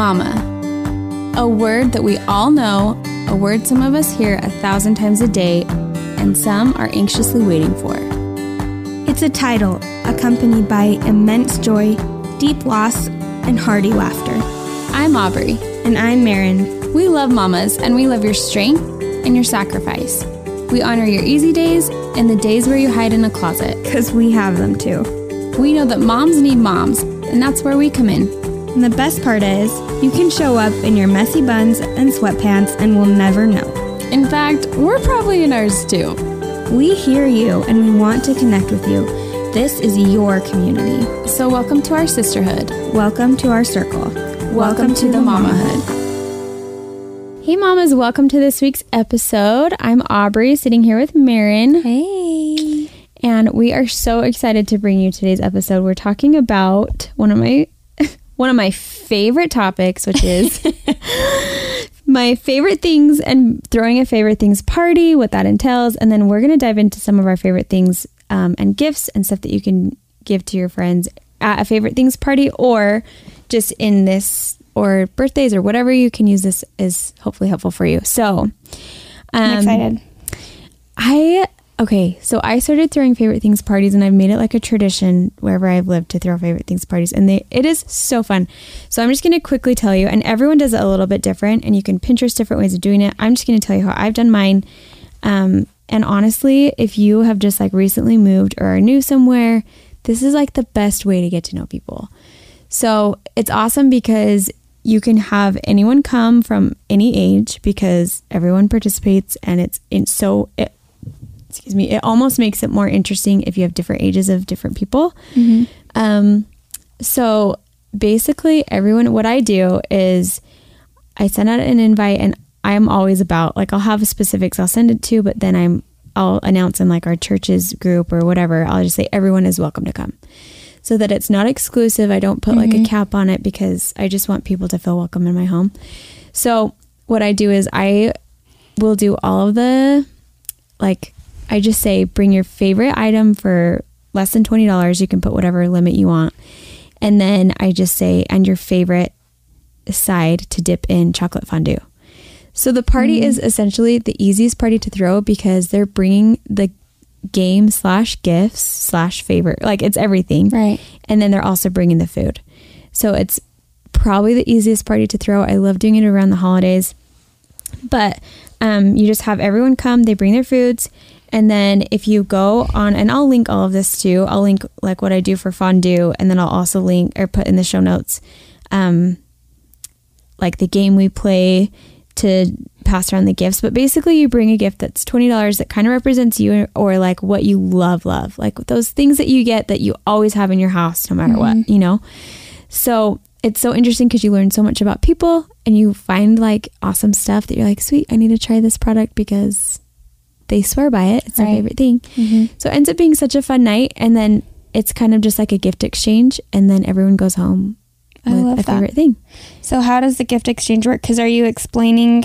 Mama. A word that we all know, a word some of us hear a thousand times a day, and some are anxiously waiting for. It's a title accompanied by immense joy, deep loss, and hearty laughter. I'm Aubrey. And I'm Marin. We love mamas, and we love your strength and your sacrifice. We honor your easy days and the days where you hide in a closet. Because we have them too. We know that moms need moms, and that's where we come in. And the best part is, you can show up in your messy buns and sweatpants and we'll never know. In fact, we're probably in ours too. We hear you and we want to connect with you. This is your community. So, welcome to our sisterhood. Welcome to our circle. Welcome, to, the mamahood. Hey, mamas, welcome to this week's episode. I'm Aubrey, sitting here with Marin, Hey. and we are so excited to bring you today's episode. We're talking about one of my one of my favorite topics, which is my favorite things and throwing a favorite things party, what that entails, and then we're gonna dive into some of our favorite things um, and gifts and stuff that you can give to your friends at a favorite things party or just in this or birthdays or whatever you can use this is hopefully helpful for you. So um, I'm excited. I okay, so I started throwing favorite things parties and I've made it like a tradition wherever I've lived to throw favorite things parties and they it is so fun. So I'm just going to quickly tell you and everyone does it a little bit different and you can Pinterest different ways of doing it. I'm just going to tell you how I've done mine. Um and honestly, if you have just like recently moved or are new somewhere, this is like the best way to get to know people. So it's awesome because you can have anyone come from any age because everyone participates and it's, it's so it, excuse me it almost makes it more interesting if you have different ages of different people um, so basically everyone what i do is i send out an invite and i'm always about like i'll have specifics i'll send it to but then i'm i'll announce in like our church's group or whatever i'll just say everyone is welcome to come so that it's not exclusive i don't put like a cap on it because i just want people to feel welcome in my home so what i do is i will do all of the like I just say bring your favorite item for less than twenty dollars. You can put whatever limit you want. And then I just say and your favorite side to dip in chocolate fondue. So the party is essentially the easiest party to throw because they're bringing the game slash gifts slash favorite like it's everything Right. and then they're also bringing the food so it's probably the easiest party to throw i love doing it around the holidays but um, you just have everyone come they bring their foods and then if you go on and i'll link all of this too i'll link like what i do for fondue and then i'll also link or put in the show notes um, like the game we play to pass around the gifts but basically you bring a gift that's $20 that kind of represents you or like what you love love like those things that you get that you always have in your house no matter what you know so it's so interesting because you learn so much about people and you find like awesome stuff that you're like sweet i need to try this product because they swear by it it's their Right. favorite thing so it ends up being such a fun night and then it's kind of just like a gift exchange and then everyone goes home I with love a that. favorite thing So how does the gift exchange work? Because are you explaining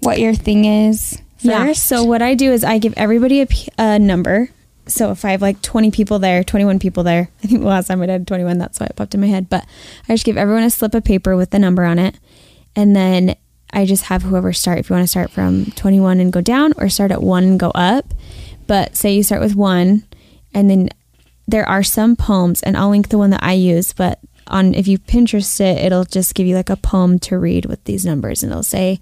what your thing is first? So what I do is I give everybody a, p- a number. So if I have like 20 people there, 21 people there, I think the last time I did 21, that's why it popped in my head. But I just give everyone a slip of paper with the number on it. And then I just have whoever start, if you want to start from 21 and go down or start at one and go up. But say you start with one and then there are some poems and I'll link the one that I use, but on if you Pinterest it, it'll just give you like a poem to read with these numbers and it'll say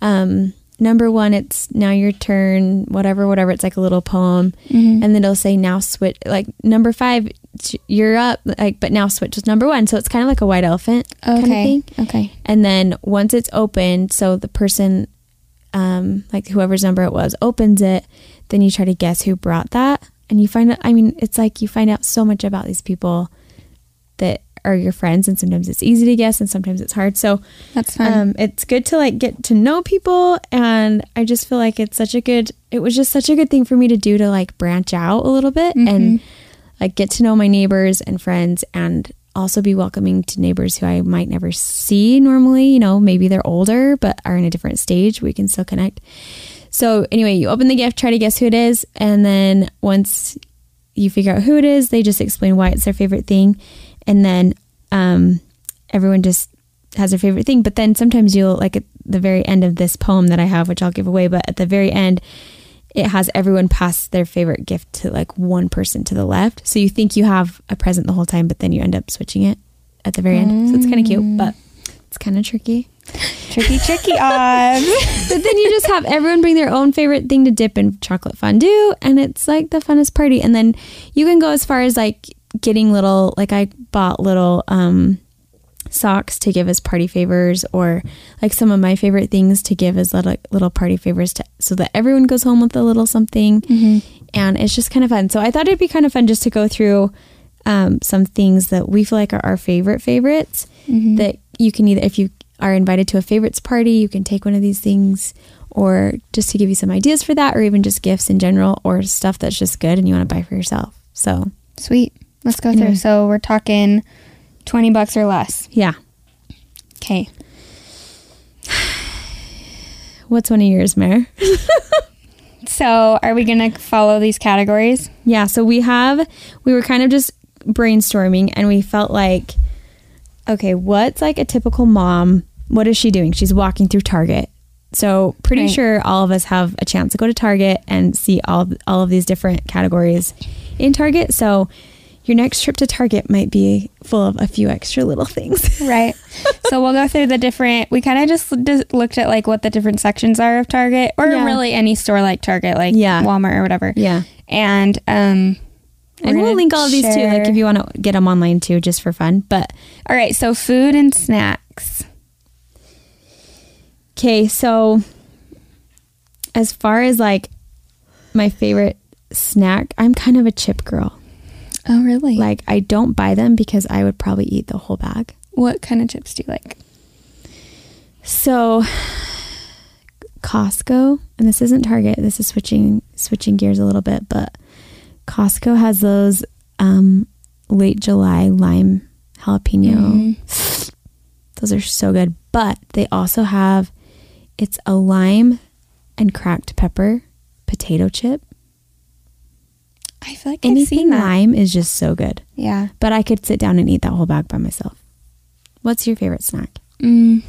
um, number one, it's now your turn, whatever, whatever. It's like a little poem, Mm-hmm. and then it'll say now switch. Like number five, it's- you're up. Like but now switch with number one. So it's kind of like a white elephant okay, kind of thing. okay, And then once it's opened, so the person, um, like whoever's number it was, opens it, then you try to guess who brought that. And you find out, I mean, it's like you find out so much about these people that are your friends. And sometimes it's easy to guess and sometimes it's hard. So that's fun. um, it's good to like get to know people. And I just feel like it's such a good, it was just such a good thing for me to do to like branch out a little bit Mm-hmm. and like get to know my neighbors and friends and also be welcoming to neighbors who I might never see normally. You know, maybe they're older but are in a different stage. We can still connect. So, anyway, you open the gift, try to guess who it is. And then once you figure out who it is, they just explain why it's their favorite thing. And then um, everyone just has her favorite thing. But then sometimes you'll like at the very end of this poem that I have, which I'll give away. But at the very end, it has everyone pass their favorite gift to like one person to the left. So you think you have a present the whole time, but then you end up switching it at the very end. So it's kind of cute, but it's kind of tricky. Tricky, tricky odds. But then you just have everyone bring their own favorite thing to dip in chocolate fondue, and it's like the funnest party. And then you can go as far as like getting little, like I bought little um, socks to give as party favors, or like some of my favorite things to give as little, little party favors, to, so that everyone goes home with a little something. And it's just kind of fun. So I thought it'd be kind of fun just to go through um, some things that we feel like are our favorite favorites Mm-hmm. that you can either if you are invited to a favorites party you can take one of these things or just to give you some ideas for that or even just gifts in general or stuff that's just good and you want to buy for yourself so Sweet. Let's go Anyway. through. So we're talking 20 bucks or less. yeah Okay. what's one of yours mare So are we going to follow these categories? yeah so we have we were kind of just brainstorming and we felt like okay what's like a typical mom what is she doing she's walking through target so pretty Right. sure all of us have a chance to go to target and see all all of these different categories in target so your next trip to target might be full of a few extra little things Right. so we'll go through the different. We kind of just dis- looked at like what the different sections are of Target, or Yeah. really any store like Target, like Yeah. Walmart or whatever. yeah And and um, we're we'll gonna link all of these too like share- if you want to get them online too just for fun but all right. So food and snacks. Okay, so as far as like my favorite snack, I'm kind of a chip girl. Oh, really? Like Like I don't buy them because I would probably eat the whole bag. what kind of chips do you like? So Costco, and this isn't Target. This is switching switching gears a little bit, but Costco has those um, late July lime jalapeno. Mm-hmm. Mm. Those are so good. But they also have it's a lime and cracked pepper potato chip. I feel like I've Anything seen that. lime is just so good. Yeah. But I could sit down and eat that whole bag by myself. What's your favorite snack? Mm.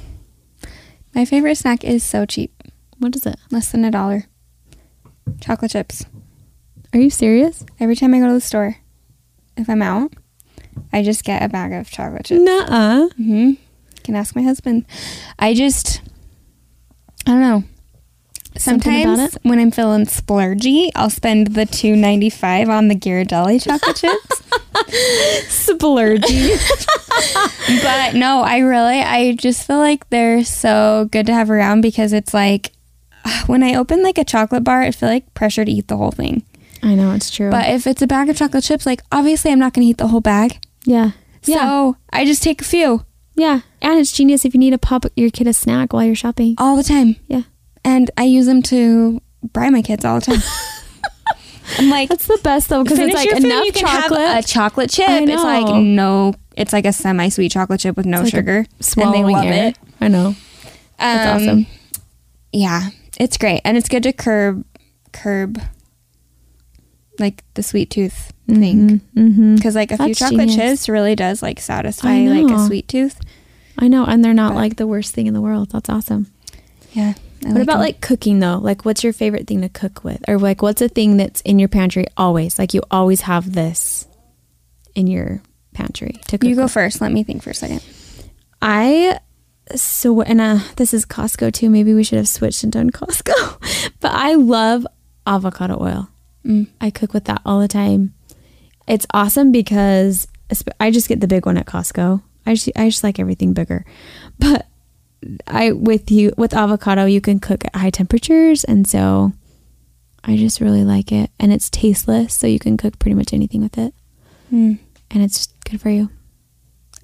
My favorite snack is so cheap, What is it? less than a dollar. Chocolate chips. Are you serious? Every time I go to the store, if I'm out, I just get a bag of chocolate chips. Nuh-uh. hmm Can ask my husband. I just, I don't know. Something about Sometimes when I'm feeling splurgy, I'll spend the two ninety five on the Ghirardelli chocolate chips. Splurgy. But no, I really, I just feel like they're so good to have around because it's like when I open like a chocolate bar, I feel like pressure to eat the whole thing. I know it's true. But if it's a bag of chocolate chips, like obviously I'm not going to eat the whole bag. yeah. Yeah. So I just take a few yeah. And it's genius if you need to pop your kid a snack while you're shopping. all the time. Yeah. and I use them to bribe my kids all the time. I'm like, "Oh, That's the best though because it's finish like your food, enough you can have chocolate. a chocolate chip. I It's like know. no, it's like a semi-sweet chocolate chip with no It's like a sugar, and they swallowing love air. it. I know. That's awesome. Yeah, it's great, and it's good to curb curb like the sweet tooth thing Mm-hmm. because like a few That's chocolate genius. chips really does like satisfy I like a know. sweet tooth. I know, and they're not But- like the worst thing in the world. That's awesome. Yeah. I What about 'em. like cooking though? Like, what's your favorite thing to cook with, or like, what's a thing that's in your pantry always? Like, you always have this in your pantry to cook. you go with? first? Let me think for a second. I so and uh, this is Costco too. Maybe we should have switched and done Costco. but I love avocado oil. Mm. I cook with that all the time. It's awesome because esp- I just get the big one at Costco. I just I just like everything bigger, but I with you with avocado you can cook at high temperatures, and so I just really like it. And it's tasteless, so you can cook pretty much anything with it, Hmm. and it's just good for you.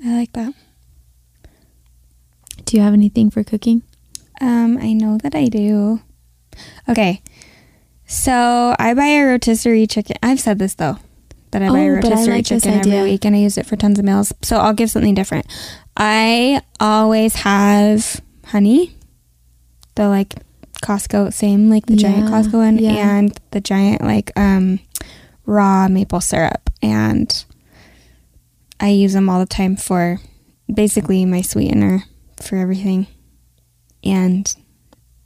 I like that. Do you have anything for cooking? Um, I know that I do. Okay. So I buy a rotisserie chicken. I've said this though, that I buy a Oh, but I rotisserie like this chicken every idea. week and I use it for tons of meals. So I'll give something different. I always have honey, the like Costco, same like the giant Yeah, Costco one, yeah. and the giant like um, raw maple syrup. And I use them all the time for basically my sweetener for everything. And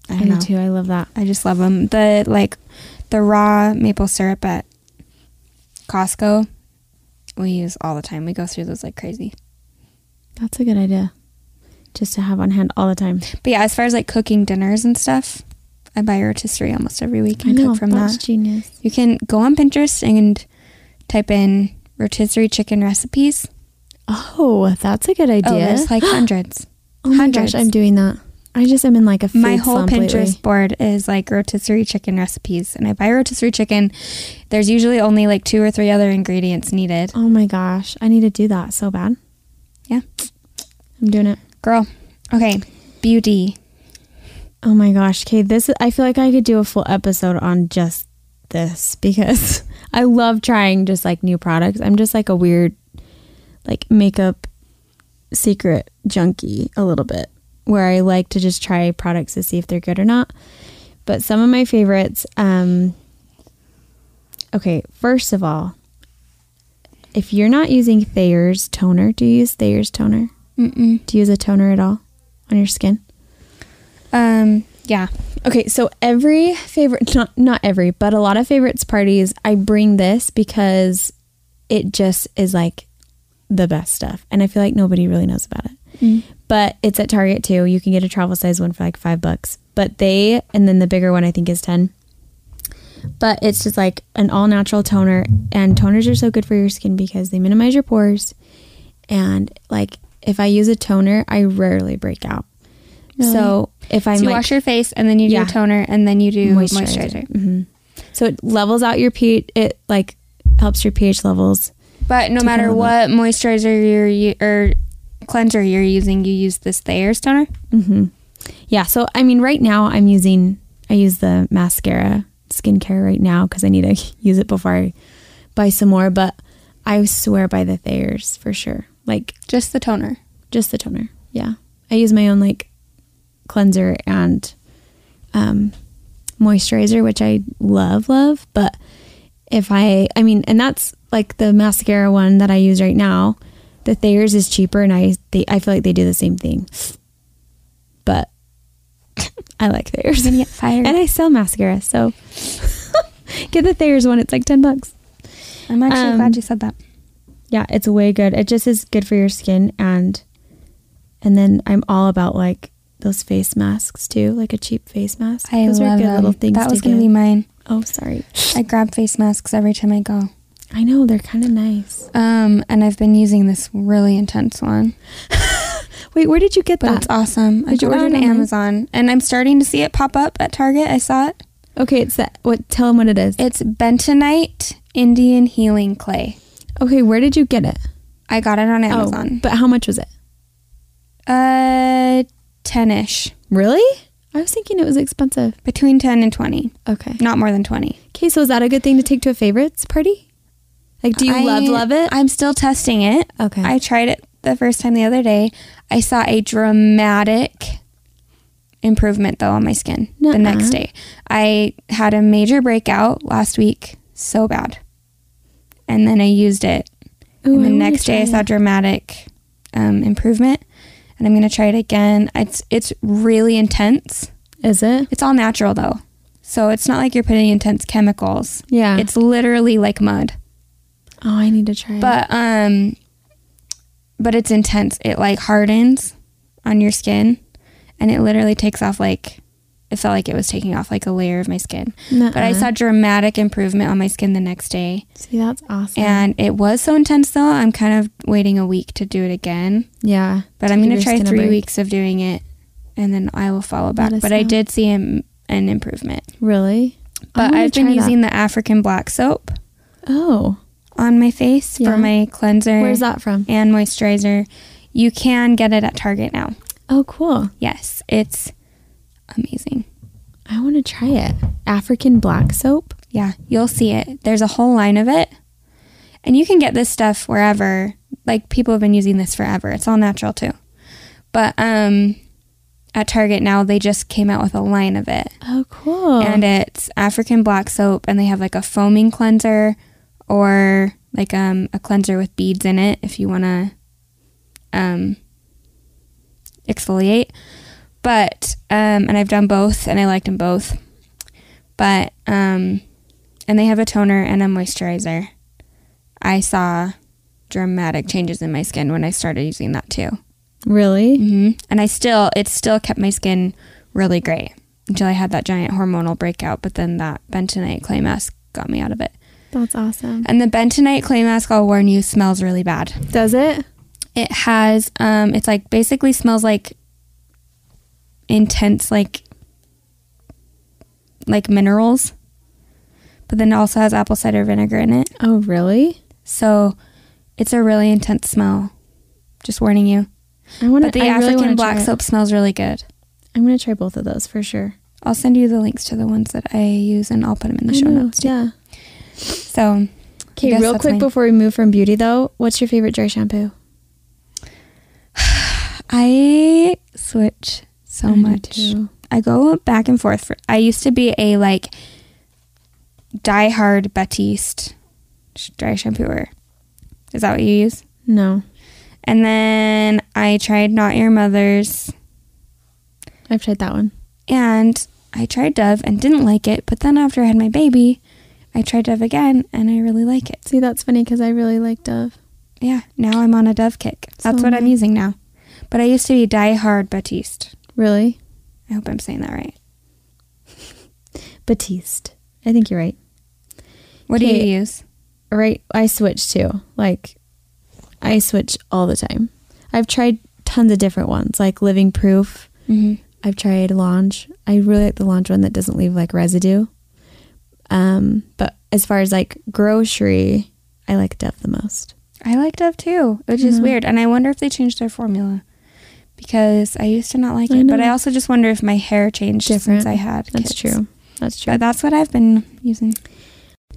I I don't do know. too. I love that. I just love them. The like the raw maple syrup at Costco we use all the time. We go through those like crazy. That's a good idea. Just to have on hand all the time. But yeah, as far as like cooking dinners and stuff, I buy rotisserie almost every week and cook from that's that. genius. You can go on Pinterest and type in rotisserie chicken recipes. Oh, that's a good idea. Oh, there's like hundreds. Oh my hundreds. gosh, I'm doing that. I just am in like a food My whole slump Pinterest lately. board is like rotisserie chicken recipes, and I buy rotisserie chicken. There's usually only like two or three other ingredients needed. Oh my gosh, I need to do that so bad. Yeah. I'm doing it. Girl, okay, beauty. Oh my gosh, okay, this is, I feel like I could do a full episode on just this because I love trying just like new products. I'm just like a weird like makeup secret junkie a little bit where I like to just try products to see if they're good or not. But some of my favorites um okay, first of all, if you're not using Thayer's toner, do you use Thayer's toner? Mm-mm. Do you use a toner at all on your skin? Um, yeah. Okay, so every favorite not not every, but a lot of favorites parties, I bring this because it just is like the best stuff. And I feel like nobody really knows about it. Mm. But it's at Target too. You can get a travel size one for like 5 bucks. But they and then the bigger one I think is 10. But it's just like an all natural toner and toners are so good for your skin because they minimize your pores and like if I use a toner, I rarely break out. So if I'm so you like, wash your face and then you do Yeah. toner and then you do moisturizer. Moisturizer. So it levels out your pH. It like helps your pH levels. But no To matter follow what moisturizer you're u- or cleanser you're using, you use this Thayer's toner. hmm Yeah. So I mean, right now I'm using I use the mascara skincare right now because I need to use it before I buy some more. But I swear by the Thayer's for sure. Like Just the toner. just the toner. Yeah. I use my own like cleanser and um, moisturizer, which I love, love. But if I, I mean, and that's like the mascara one that I use right now. The Thayer's is cheaper, and I, they, I feel like they do the same thing. But I like Thayer's, You're gonna get fired. and I sell mascara, so get the Thayer's one. It's like ten bucks. I'm actually um, glad you said that. Yeah, it's way good. It just is good for your skin and and then I'm all about like those face masks too, like a cheap face mask. I those love are good them. little things. That was to gonna be get. mine. Oh, sorry. I grab face masks every time I go. I know they're kind of nice. Um, and I've been using this really intense one, Wait, where did you get but that? it's awesome. I Did Ah. you got it order on it online? Amazon, and I'm starting to see it pop up at Target. I saw it. okay, it's that. What? Tell them what it is. It's bentonite Indian healing clay. okay, where did you get it? I got it on Oh, Amazon. but how much was it? uh, ten-ish, Really? I was thinking it was expensive. between ten and twenty, Okay. not more than twenty. Okay, so is that a good thing to take to a favorites party? Like, do you I- love love it? I'm still testing it. okay. I tried it the first time the other day. I saw a dramatic improvement though on my skin Nuh-uh. the next day. I had a major breakout last week, so bad. And then I used it. Ooh, and the I wanna next day I try saw it. dramatic um, improvement. And I'm going to try it again. It's it's really intense. Is it? It's all natural though. So it's not like you're putting intense chemicals. Yeah. It's literally like mud oh, I need to try it. but um but it's intense it like hardens on your skin and it literally takes off like it felt like it was taking off like a layer of my skin but i Nuh-uh. saw dramatic improvement on my skin the next day See, that's awesome. and it was so intense though i'm kind of waiting a week to do it again yeah, but to i'm give going your to try skin a three break. weeks of doing it and then i will follow back us but i know. did see an, an improvement Really? I but wanna i've been try that. using the african black soap Oh, on my face Yeah. for my cleanser where's that from? and moisturizer. You can get it at Target now. Oh, cool. Yes, it's amazing. I want to try it. African black soap. Yeah, you'll see it. There's a whole line of it. And you can get this stuff wherever. Like people have been using this forever. It's all natural too. But um at Target now they just came out with a line of it. Oh, cool. And it's African black soap and they have like a foaming cleanser or like um a cleanser with beads in it if you want to um exfoliate. But um, and I've done both, and I liked them both. But um, and they have a toner and a moisturizer. I saw dramatic changes in my skin when I started using that too. Really? hmm And I still, it still kept my skin really great until I had that giant hormonal breakout. But then that bentonite clay mask got me out of it. That's awesome. And the bentonite clay mask, I'll warn you, smells really bad. Does it? It has, um, it's like basically smells like intense, like like minerals. But then it also has apple cider vinegar in it, Oh, really? so it's a really intense smell. Just warning you. I want But the African black soap smells really good. I'm gonna try both of those for sure. I'll send you the links to the ones that I use and I'll put them in the I show know, notes. too. Yeah. So, Okay, guess real that's quick mine. before we move from beauty though, what's your favorite dry shampoo? I switch so I do Oh, much. too. I go back and forth. For, I used to be a like diehard Batiste sh- dry shampooer. Is that what you use? No, And then I tried Not Your Mother's I've tried that one. and I tried Dove and didn't like it. But then after I had my baby, I tried Dove again and I really like it. See, that's funny because I really like Dove. Yeah, now I'm on a Dove kick. That's So what I'm nice. using now. But I used to be diehard Batiste. Really, I hope I'm saying that right. Batiste. I think you're right. What do Okay. you use? Right, I switch too. Like, I switch all the time. I've tried tons of different ones, like Living Proof. Mm-hmm. I've tried Lange. I really like the Lange one that doesn't leave like residue. Um, but as far as like grocery, I like Dove the most. I like Dove too, which is Mhm. weird. And I wonder if they changed their formula because I used to not like I it. But I know. also just wonder if my hair changed Different. since I had That's kids. true. That's true. But that's what I've been using.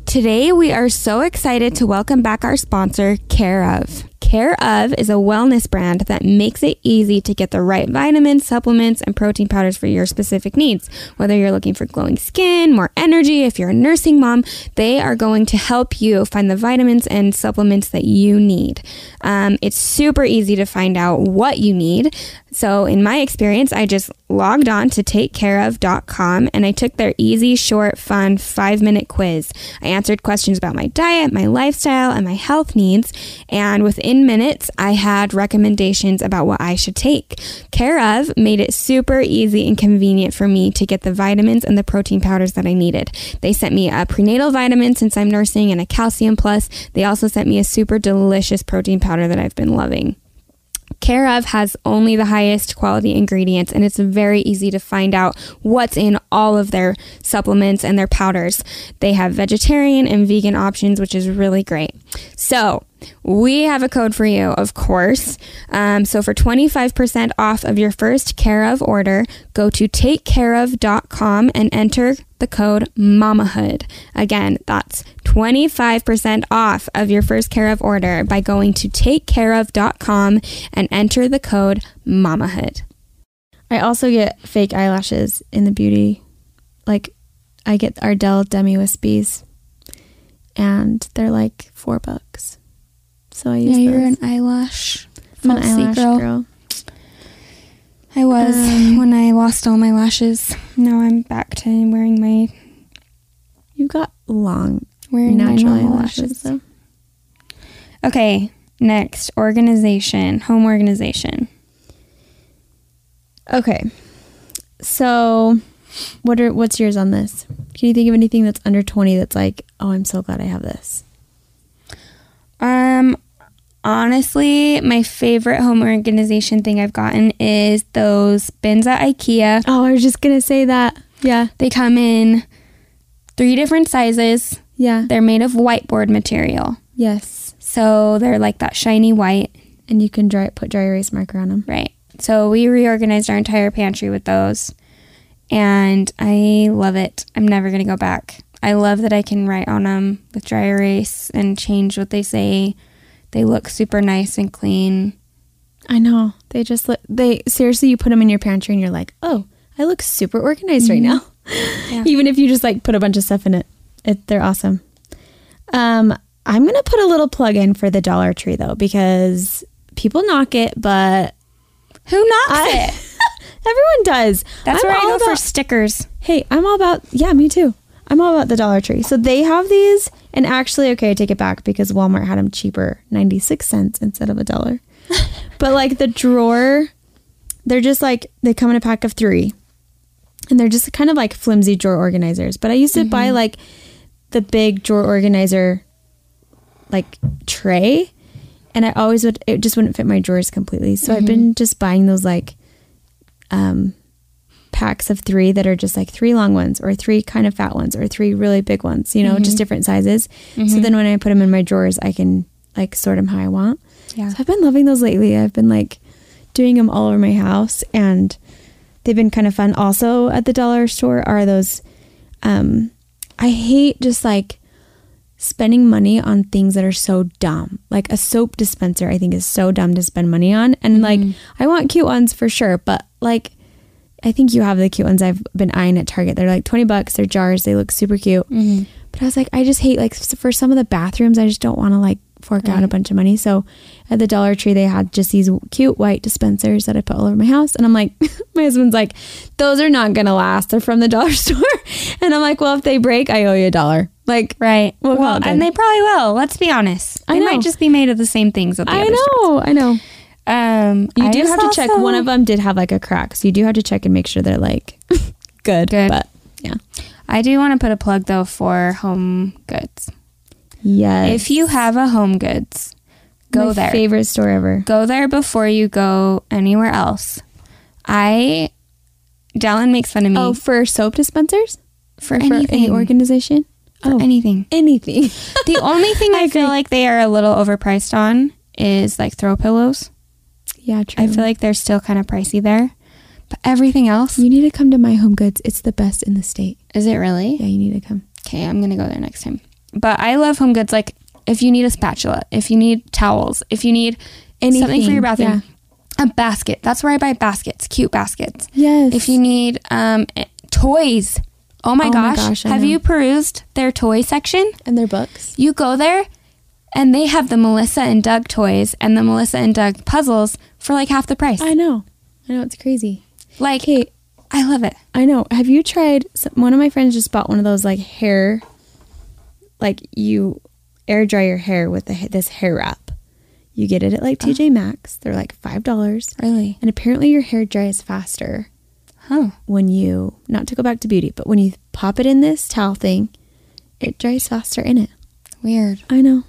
Today, we are so excited to welcome back our sponsor, Care of. Care of is a wellness brand that makes it easy to get the right vitamins, supplements, and protein powders for your specific needs. Whether you're looking for glowing skin, more energy, if you're a nursing mom, they are going to help you find the vitamins and supplements that you need. Um, it's super easy to find out what you need. So, in my experience, I just logged on to takecareof.com and I took their easy, short, fun five minute quiz. I answered questions about my diet, my lifestyle, and my health needs. And within minutes, I had recommendations about what I should take. Care of made it super easy and convenient for me to get the vitamins and the protein powders that I needed. They sent me a prenatal vitamin since I'm nursing and a calcium plus. They also sent me a super delicious protein powder that I've been loving. Care of has only the highest quality ingredients, and it's very easy to find out what's in all of their supplements and their powders. They have vegetarian and vegan options, which is really great. So, we have a code for you, of course. Um, so, for 25% off of your first Care of order, go to takecareof.com and enter the code MAMAHOOD. Again, that's 25% off of your first care of order by going to takecareof.com and enter the code MAMAHOOD. I also get fake eyelashes in the beauty. Like, I get Ardell Demi Wispies, and they're like four bucks. So I use those. eyelash. I'm an falsy eyelash girl. girl. I was Um, when I lost all my lashes. Now I'm back to wearing my You've got long wearing natural my normal eyelashes, lashes. though. Okay, next organization, home organization. Okay. So, what are what's yours on this? Can you think of anything that's under twenty that's like, oh, I'm so glad I have this? Um, honestly, my favorite home organization thing I've gotten is those bins at IKEA. Oh, I was just gonna say that. Yeah, They come in three different sizes. yeah, They're made of whiteboard material, yes. so they're like that shiny white, And you can dry put dry erase marker on them. right? So we reorganized our entire pantry with those, and I love it. I'm never gonna go back. I love that I can write on them with dry erase and change what they say. They look super nice and clean. I know. They just look. They seriously, you put them in your pantry, and you're like, oh, I look super organized right now. Mm-hmm. Yeah. Even if you just like put a bunch of stuff in it, it they're awesome. Um, I'm gonna put a little plug in for the Dollar Tree though because people knock it, but Who knocks I- it? Everyone does. That's I'm where I all go for about- stickers. Hey, I'm all about. Yeah, me too. I'm all about the Dollar Tree. So they have these, and actually, okay, I take it back because Walmart had them cheaper, ninety six cents instead of a dollar. but like the drawer, they're just like they come in a pack of three, and they're just kind of like flimsy drawer organizers. But I used to buy like the big drawer organizer, like tray, and I always would. It just wouldn't fit my drawers completely. So I've been just buying those like, um, packs of three that are just like three long ones or three kind of fat ones or three really big ones, you know, just different sizes. So then when I put them in my drawers, I can like sort them how I want. Yeah. So I've been loving those lately. I've been like doing them all over my house and they've been kind of fun. Also at the dollar store are those, um, I hate just like spending money on things that are so dumb. Like a soap dispenser, I think is so dumb to spend money on. And like, I want cute ones for sure, but like, I think you have the cute ones I've been eyeing at Target. They're like 20 bucks, they're jars, they look super cute. But I was like, I just hate, like, s- for some of the bathrooms, I just don't want to like fork out a bunch of money. So at the Dollar Tree, they had just these cute white dispensers that I put all over my house. And I'm like, my husband's like, those are not going to last. They're from the dollar store. and I'm like, well, if they break, I owe you a dollar. Like, Right. We'll Well, call it and good. they probably will. Let's be honest. I They know. might just be made of the same things. That the I other stores. know, I know. Um, You I do just have to saw check. some- One of them did have like a crack, so you do have to check and make sure they're like good. Good. But yeah, I do want to put a plug though for home goods. yes. If you have a home goods, go My there. Favorite store ever. Go there before you go anywhere else. I Dallin makes fun of me Oh, for soap dispensers for Or for any anything. organization. oh, anything. anything. The only thing I, I feel agree. like they are a little overpriced on is like throw pillows. yeah, true. I feel like they're still kind of pricey there. But everything else, you need to come to my Home Goods. It's the best in the state. is it really? Yeah, you need to come. Okay, I'm gonna go there next time. But I love home goods. Like if you need a spatula, if you need towels, if you need something for Anything, your bathroom, a basket. That's where I buy baskets, cute baskets. Yes. If you need um eh, toys, oh my Oh my gosh, gosh, I have know. you perused their toy section? and their books. You go there, and they have the Melissa and Doug toys and the Melissa and Doug puzzles for like half the price. I know. I know it's crazy. like Okay, I love it. I know. Have you tried? some- One of my friends just bought one of those like hair, like you air dry your hair with the, this hair wrap. You get it at like TJ Maxx. They're like five dollars, Really? and apparently your hair dries faster Huh. when you not to go back to beauty, but when you pop it in this towel thing, it dries faster in it. Weird. I know.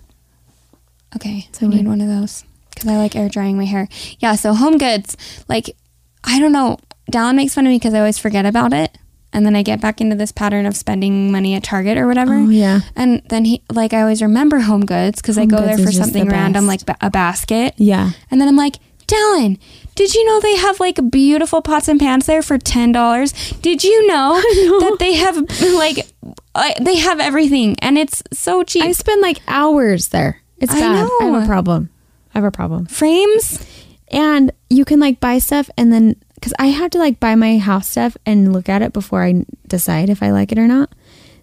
Okay, So so I need weird. one of those because I like air drying my hair. Yeah, so home goods, like I don't know. Dallin makes fun of me because I always forget about it, and then I get back into this pattern of spending money at Target or whatever. Oh, yeah. and then he like I always remember home goods because I Home go Goods there is for just something the random best. like ba- a basket, Yeah. and then I'm like. Dallin, did you know they have like beautiful pots and pans there for ten dollars? Did you know, that they have like uh, they have everything and it's so cheap? I spend like hours there. It's I bad. I have a know. problem. I have a problem. Frames, and you can like buy stuff and then because i have to like buy my house stuff and look at it before i decide if i like it or not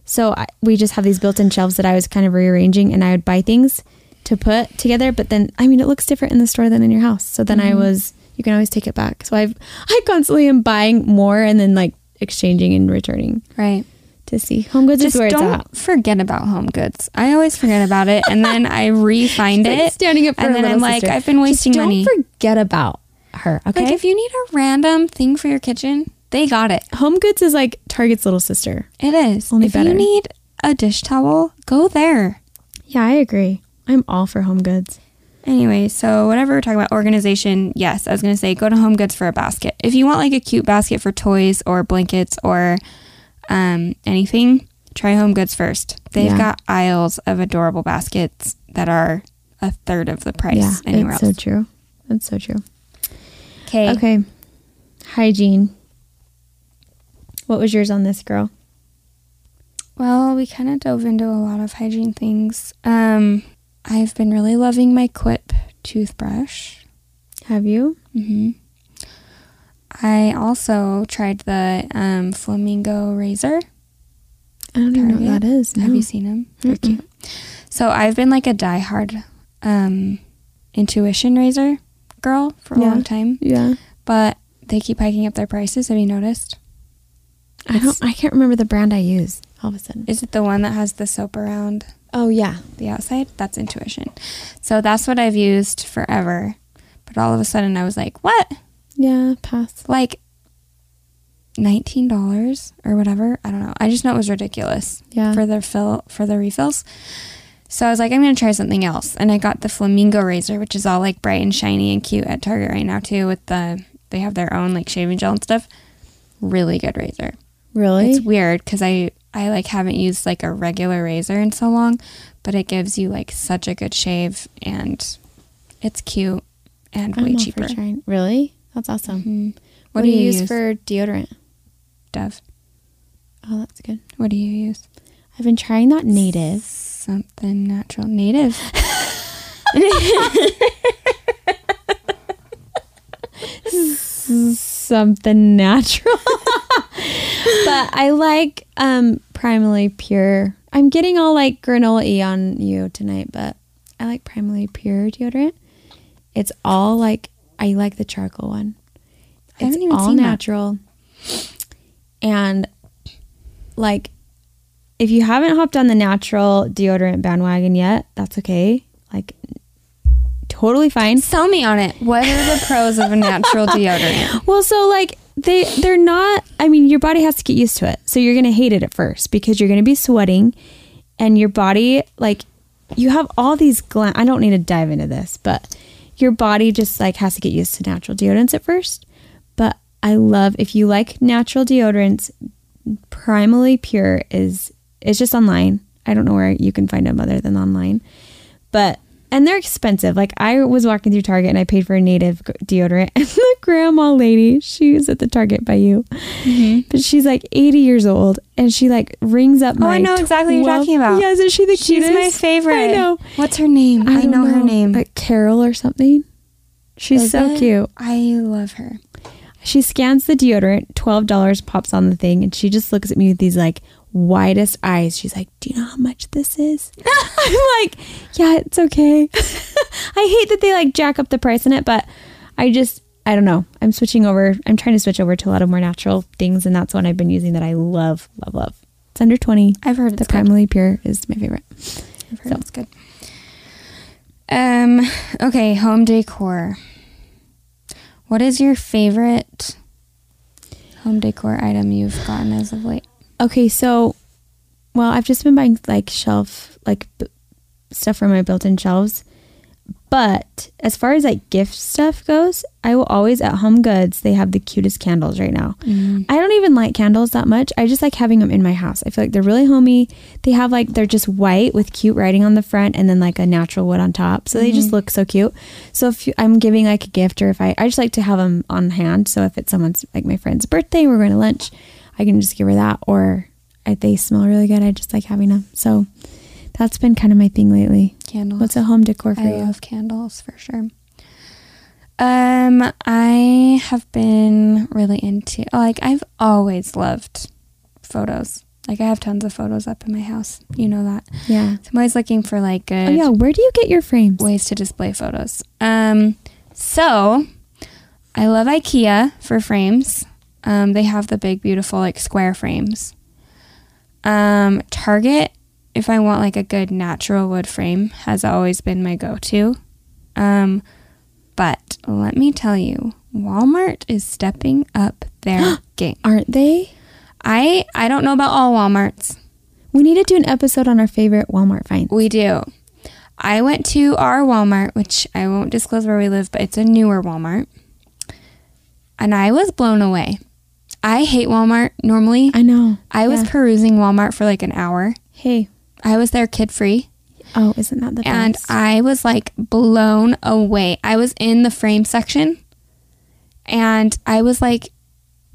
so I, we just have these built-in shelves that i was kind of rearranging and i would buy things to put together but then i mean it looks different in the store than in your house so then Mm-hmm. i was you can always take it back so i've i constantly am buying more and then like exchanging and returning right? to see home goods just is where it's don't at forget about home goods. I always forget about it, and then I re-find Like, it. standing up for and her then I'm little like, sister. I've been Just wasting don't money. forget about her okay Like if you need a random thing for your kitchen, they got it. home goods is like target's little sister It is. Only if better. you need a dish towel, go there. Yeah, I agree. I'm all for home goods. Anyway, so whatever we're talking about organization, yes, I was gonna say go to Home Goods for a basket. If you want like a cute basket for toys or blankets or um, anything, try Home Goods first. They've Yeah. got aisles of adorable baskets that are a third of the price yeah, anywhere that's else. so true. That's so true. Okay. Okay, hygiene. What was yours on this girl? Well, we kind of dove into a lot of hygiene things. Um, I've been really loving my Quip toothbrush. Have you? Mm-hmm. I also tried the um, Flamingo razor. I don't even know what Target? that is. Have no. you seen them? They're cute. So I've been like a diehard um, intuition razor girl for a Yeah. long time. Yeah. but they keep hiking up their prices. Have you noticed? I don't. I can't remember the brand I use. All of a sudden. Is it the one that has the soap around Oh yeah. the outside? That's intuition. So that's what I've used forever. But all of a sudden I was like, what? Yeah. Pass. Like $19 or whatever? I don't know. I just know it was ridiculous Yeah. for their fill for their refills. So I was like, I'm gonna try something else, and I got the flamingo razor, which is all like bright and shiny and cute at Target right now too. With the they have their own like shaving gel and stuff. Really good razor. really? It's weird because I I like haven't used like a regular razor in so long, but it gives you like such a good shave and it's cute and I'm way all for cheaper. trying- Really? That's awesome. Mhm. What, do you, use, for deodorant? Dove? Oh, that's good. What do you use? I've been trying that native. Something natural, native. Something natural. but I like um primally pure. I'm getting all like granola y on you tonight, but I like primally pure deodorant. It's all like I like the charcoal one. It's I haven't even all seen that. natural. And like if you haven't hopped on the natural deodorant bandwagon yet, that's okay. Like totally fine. Sell me on it. What are the pros of a natural deodorant? Well, so like they they're not I mean, your body has to get used to it. So you're going to hate it at first because you're going to be sweating and your body like you have all these glands. I don't need to dive into this, but your body just like has to get used to natural deodorants at first. But I love if you like natural deodorants, primally pure is it's just online. I don't know where you can find them other than online. But and they're expensive. Like I was walking through Target and I paid for a native g- deodorant and the grandma lady, she was at the Target by you. But she's like 80 years old and she like rings up Mm-hmm. Oh, my I know exactly who you're 12 talking about. Yeah, isn't she the She's cutest? my favorite. I know. What's her name? I, don't know, her name. Like Carol or something. She's so Is it? cute. I love her. She scans the deodorant, twelve dollars pops on the thing, and she just looks at me with these like widest eyes. She's like, "Do you know how much this is?" I'm like, "Yeah, it's okay." I hate that they like jack up the price in it, but I just I don't know. I'm switching over. I'm trying to switch over to a lot of more natural things, and that's one I've been using that I love, love, love. It's under twenty. I've heard The it's good. Primally Pure is my favorite. I've heard so. it's good. Um. Okay. Home decor. What is your favorite home decor item you've gotten as of late? Okay, so, well, I've just been buying like shelf, like b- stuff for my built in shelves. But as far as like gift stuff goes, I will always at Home Goods, they have the cutest candles right now. Mm. I don't even like candles that much. I just like having them in my house. I feel like they're really homey. They have like, they're just white with cute writing on the front and then like a natural wood on top. So they Mm-hmm. just look so cute. So if you, I'm giving like a gift or if I, I just like to have them on hand. So if it's someone's, like my friend's birthday, we're going to lunch, I can just give her that. Or I, they smell really good. I just like having them. So that's been kind of my thing lately. Candles. What's a home decor for you? I love candles for sure. Um, I have been really into like I've always loved photos. Like I have tons of photos up in my house. You know that. Yeah. So I'm always looking for like good Oh yeah, where do you get your frames? ways to display photos. Um, so I love IKEA for frames. Um, they have the big, beautiful like square frames. Um, Target, if I want like a good natural wood frame, has always been my go-to. Um, but let me tell you, Walmart is stepping up their game. Aren't they? I I don't know about all WalMarts. We need to do an episode on our favorite Walmart find. We do. I went to our Walmart, which I won't disclose where we live, but it's a newer Walmart. And I was blown away. I hate Walmart normally. I know. I was yeah. perusing Walmart for like an hour. Hey. I was there kid free Oh, isn't that the and best? I was like blown away. I was in the frame section and I was like,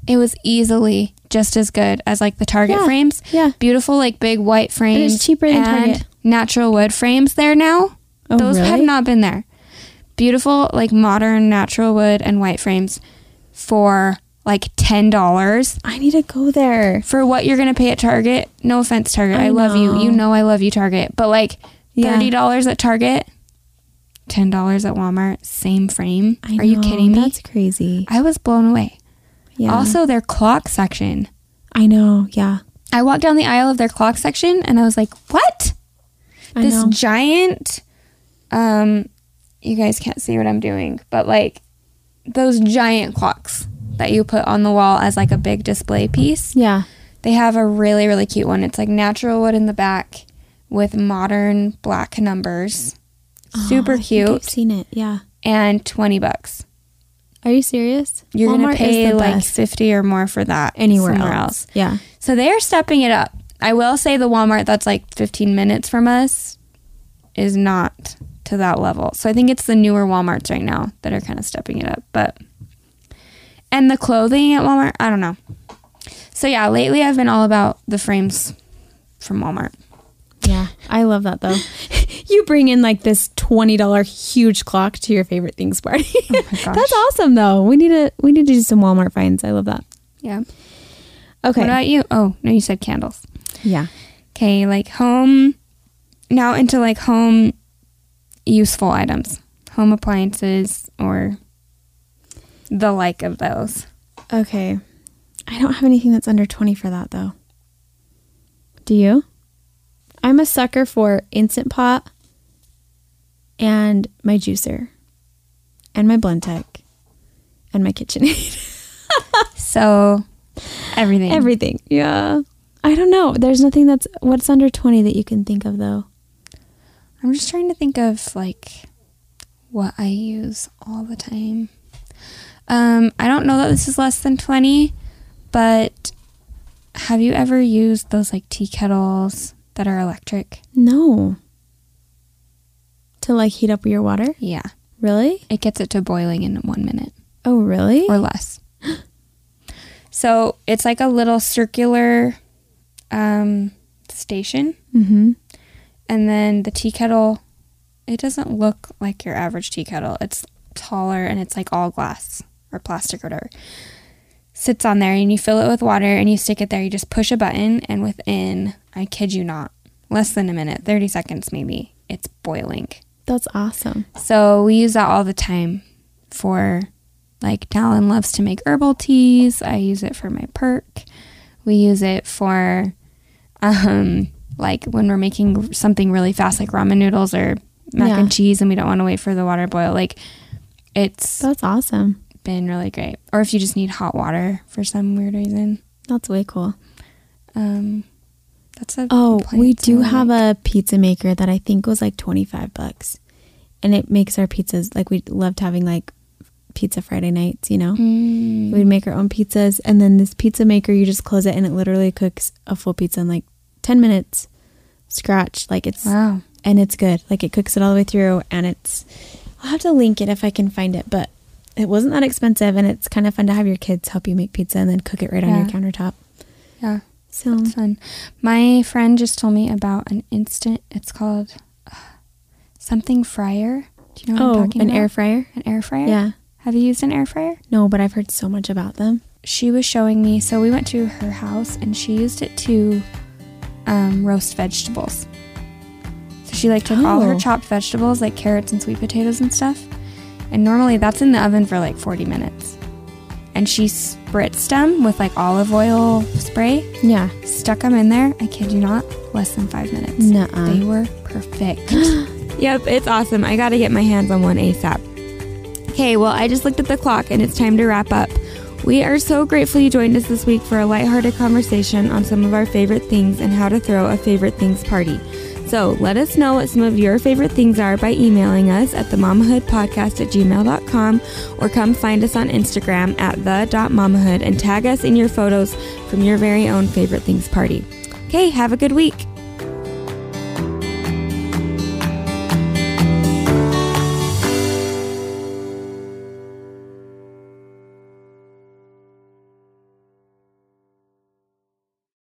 it was easily just as good as like the Target Yeah. frames. Yeah. Beautiful, like big white frames. cheaper than Target. Natural wood frames there now. Oh, Those have really? not been there. Beautiful, like modern natural wood and white frames for like $10 I need to go there. for what you're going to pay at Target. No offense, Target. I, I love you. know. You know I love you, Target. But like Yeah. $30 at Target, ten dollars at Walmart, same frame. I Are you know, kidding me? That's crazy. I was blown away. Yeah. Also, their clock section. I know. Yeah. I walked down the aisle of their clock section and I was like, "What? I this know. giant um you guys can't see what I'm doing, but like those giant clocks that you put on the wall as like a big display piece. Yeah. They have a really really cute one. It's like natural wood in the back with modern black numbers. Super Oh, I think I've cute seen it. Yeah. and 20 bucks. Are you serious? You're going Walmart to is pay the like best 50 or more for that anywhere somewhere else. Yeah. So they're stepping it up. I will say the Walmart that's like 15 minutes from us is not to that level. So I think it's the newer Walmarts right now that are kind of stepping it up. But and the clothing at Walmart, I don't know. So yeah, lately I've been all about the frames from Walmart. Yeah. I love that though. you bring in like this $20 huge clock to your favorite things party. Oh gosh. That's awesome though. We need to we need to do some Walmart finds. I love that. Yeah. Okay. What about you? Oh, no, you said candles. yeah. Okay, like home now into like home useful items. Home appliances or the like of those. Okay. I don't have anything that's under 20 for that though. Do you? I'm a sucker for Instant Pot and my juicer and my Blendtec and my KitchenAid. So everything. Everything. Yeah. I don't know. There's nothing that's what's under 20 that you can think of though. I'm just trying to think of like what I use all the time. Um, I don't know that this is less than 20, but have you ever used those like tea kettles that are electric? No. To like heat up your water? Yeah. Really? It gets it to boiling in 1 minute. Oh, really? or less. so it's like a little circular um, station, mhm. and then the tea kettle. It doesn't look like your average tea kettle. It's taller and it's like all glass or plastic or whatever. Sits on there and you fill it with water and you stick it there. You just push a button and within, I kid you not, less than a minute, 30 seconds maybe, it's boiling. That's awesome. So we use that all the time for like Talon loves to make herbal teas. I use it for my perk. We use it for um like when we're making something really fast like ramen noodles or mac Yeah. and cheese and we don't want to wait for the water to boil. Like it's That's awesome. been really great. Or if you just need hot water for some weird reason. That's way cool. Um that's a Oh, we appliance I do really have like. a pizza maker that I think was like 25 bucks. And it makes our pizzas like we loved having like pizza Friday nights, you know. Mm. We'd make our own pizzas and then this pizza maker you just close it and it literally cooks a full pizza in like 10 minutes. Scratch like it's Wow. and it's good. Like it cooks it all the way through and it's I'll have to link it if I can find it, but it wasn't that expensive and it's kind of fun to have your kids help you make pizza and then cook it right on your Yeah. countertop. Yeah. So It's fun. My friend just told me about an instant. It's called uh, something fryer. Do you know what Oh, I'm talking an about? air fryer? an air fryer. Yeah. Have you used an air fryer? No, but I've heard so much about them. She was showing me. So we went to her house and she used it to um, roast vegetables. So she like took all her Oh. chopped vegetables, like carrots and sweet potatoes and stuff. And normally that's in the oven for like 40 minutes. And she spritzed them with like olive oil spray. Yeah. Stuck them in there. I kid you not. Less than five minutes. Nuh-uh. They were perfect. yep, it's awesome. I got to get my hands on one ASAP. Okay, well, I just looked at the clock and it's time to wrap up. We are so grateful you joined us this week for a lighthearted conversation on some of our favorite things and how to throw a favorite things party. So let us know what some of your favorite things are by emailing us at themamahoodpodcast at gmail.com or come find us on Instagram at the.mamahood and tag us in your photos from your very own favorite things party. Okay, have a good week.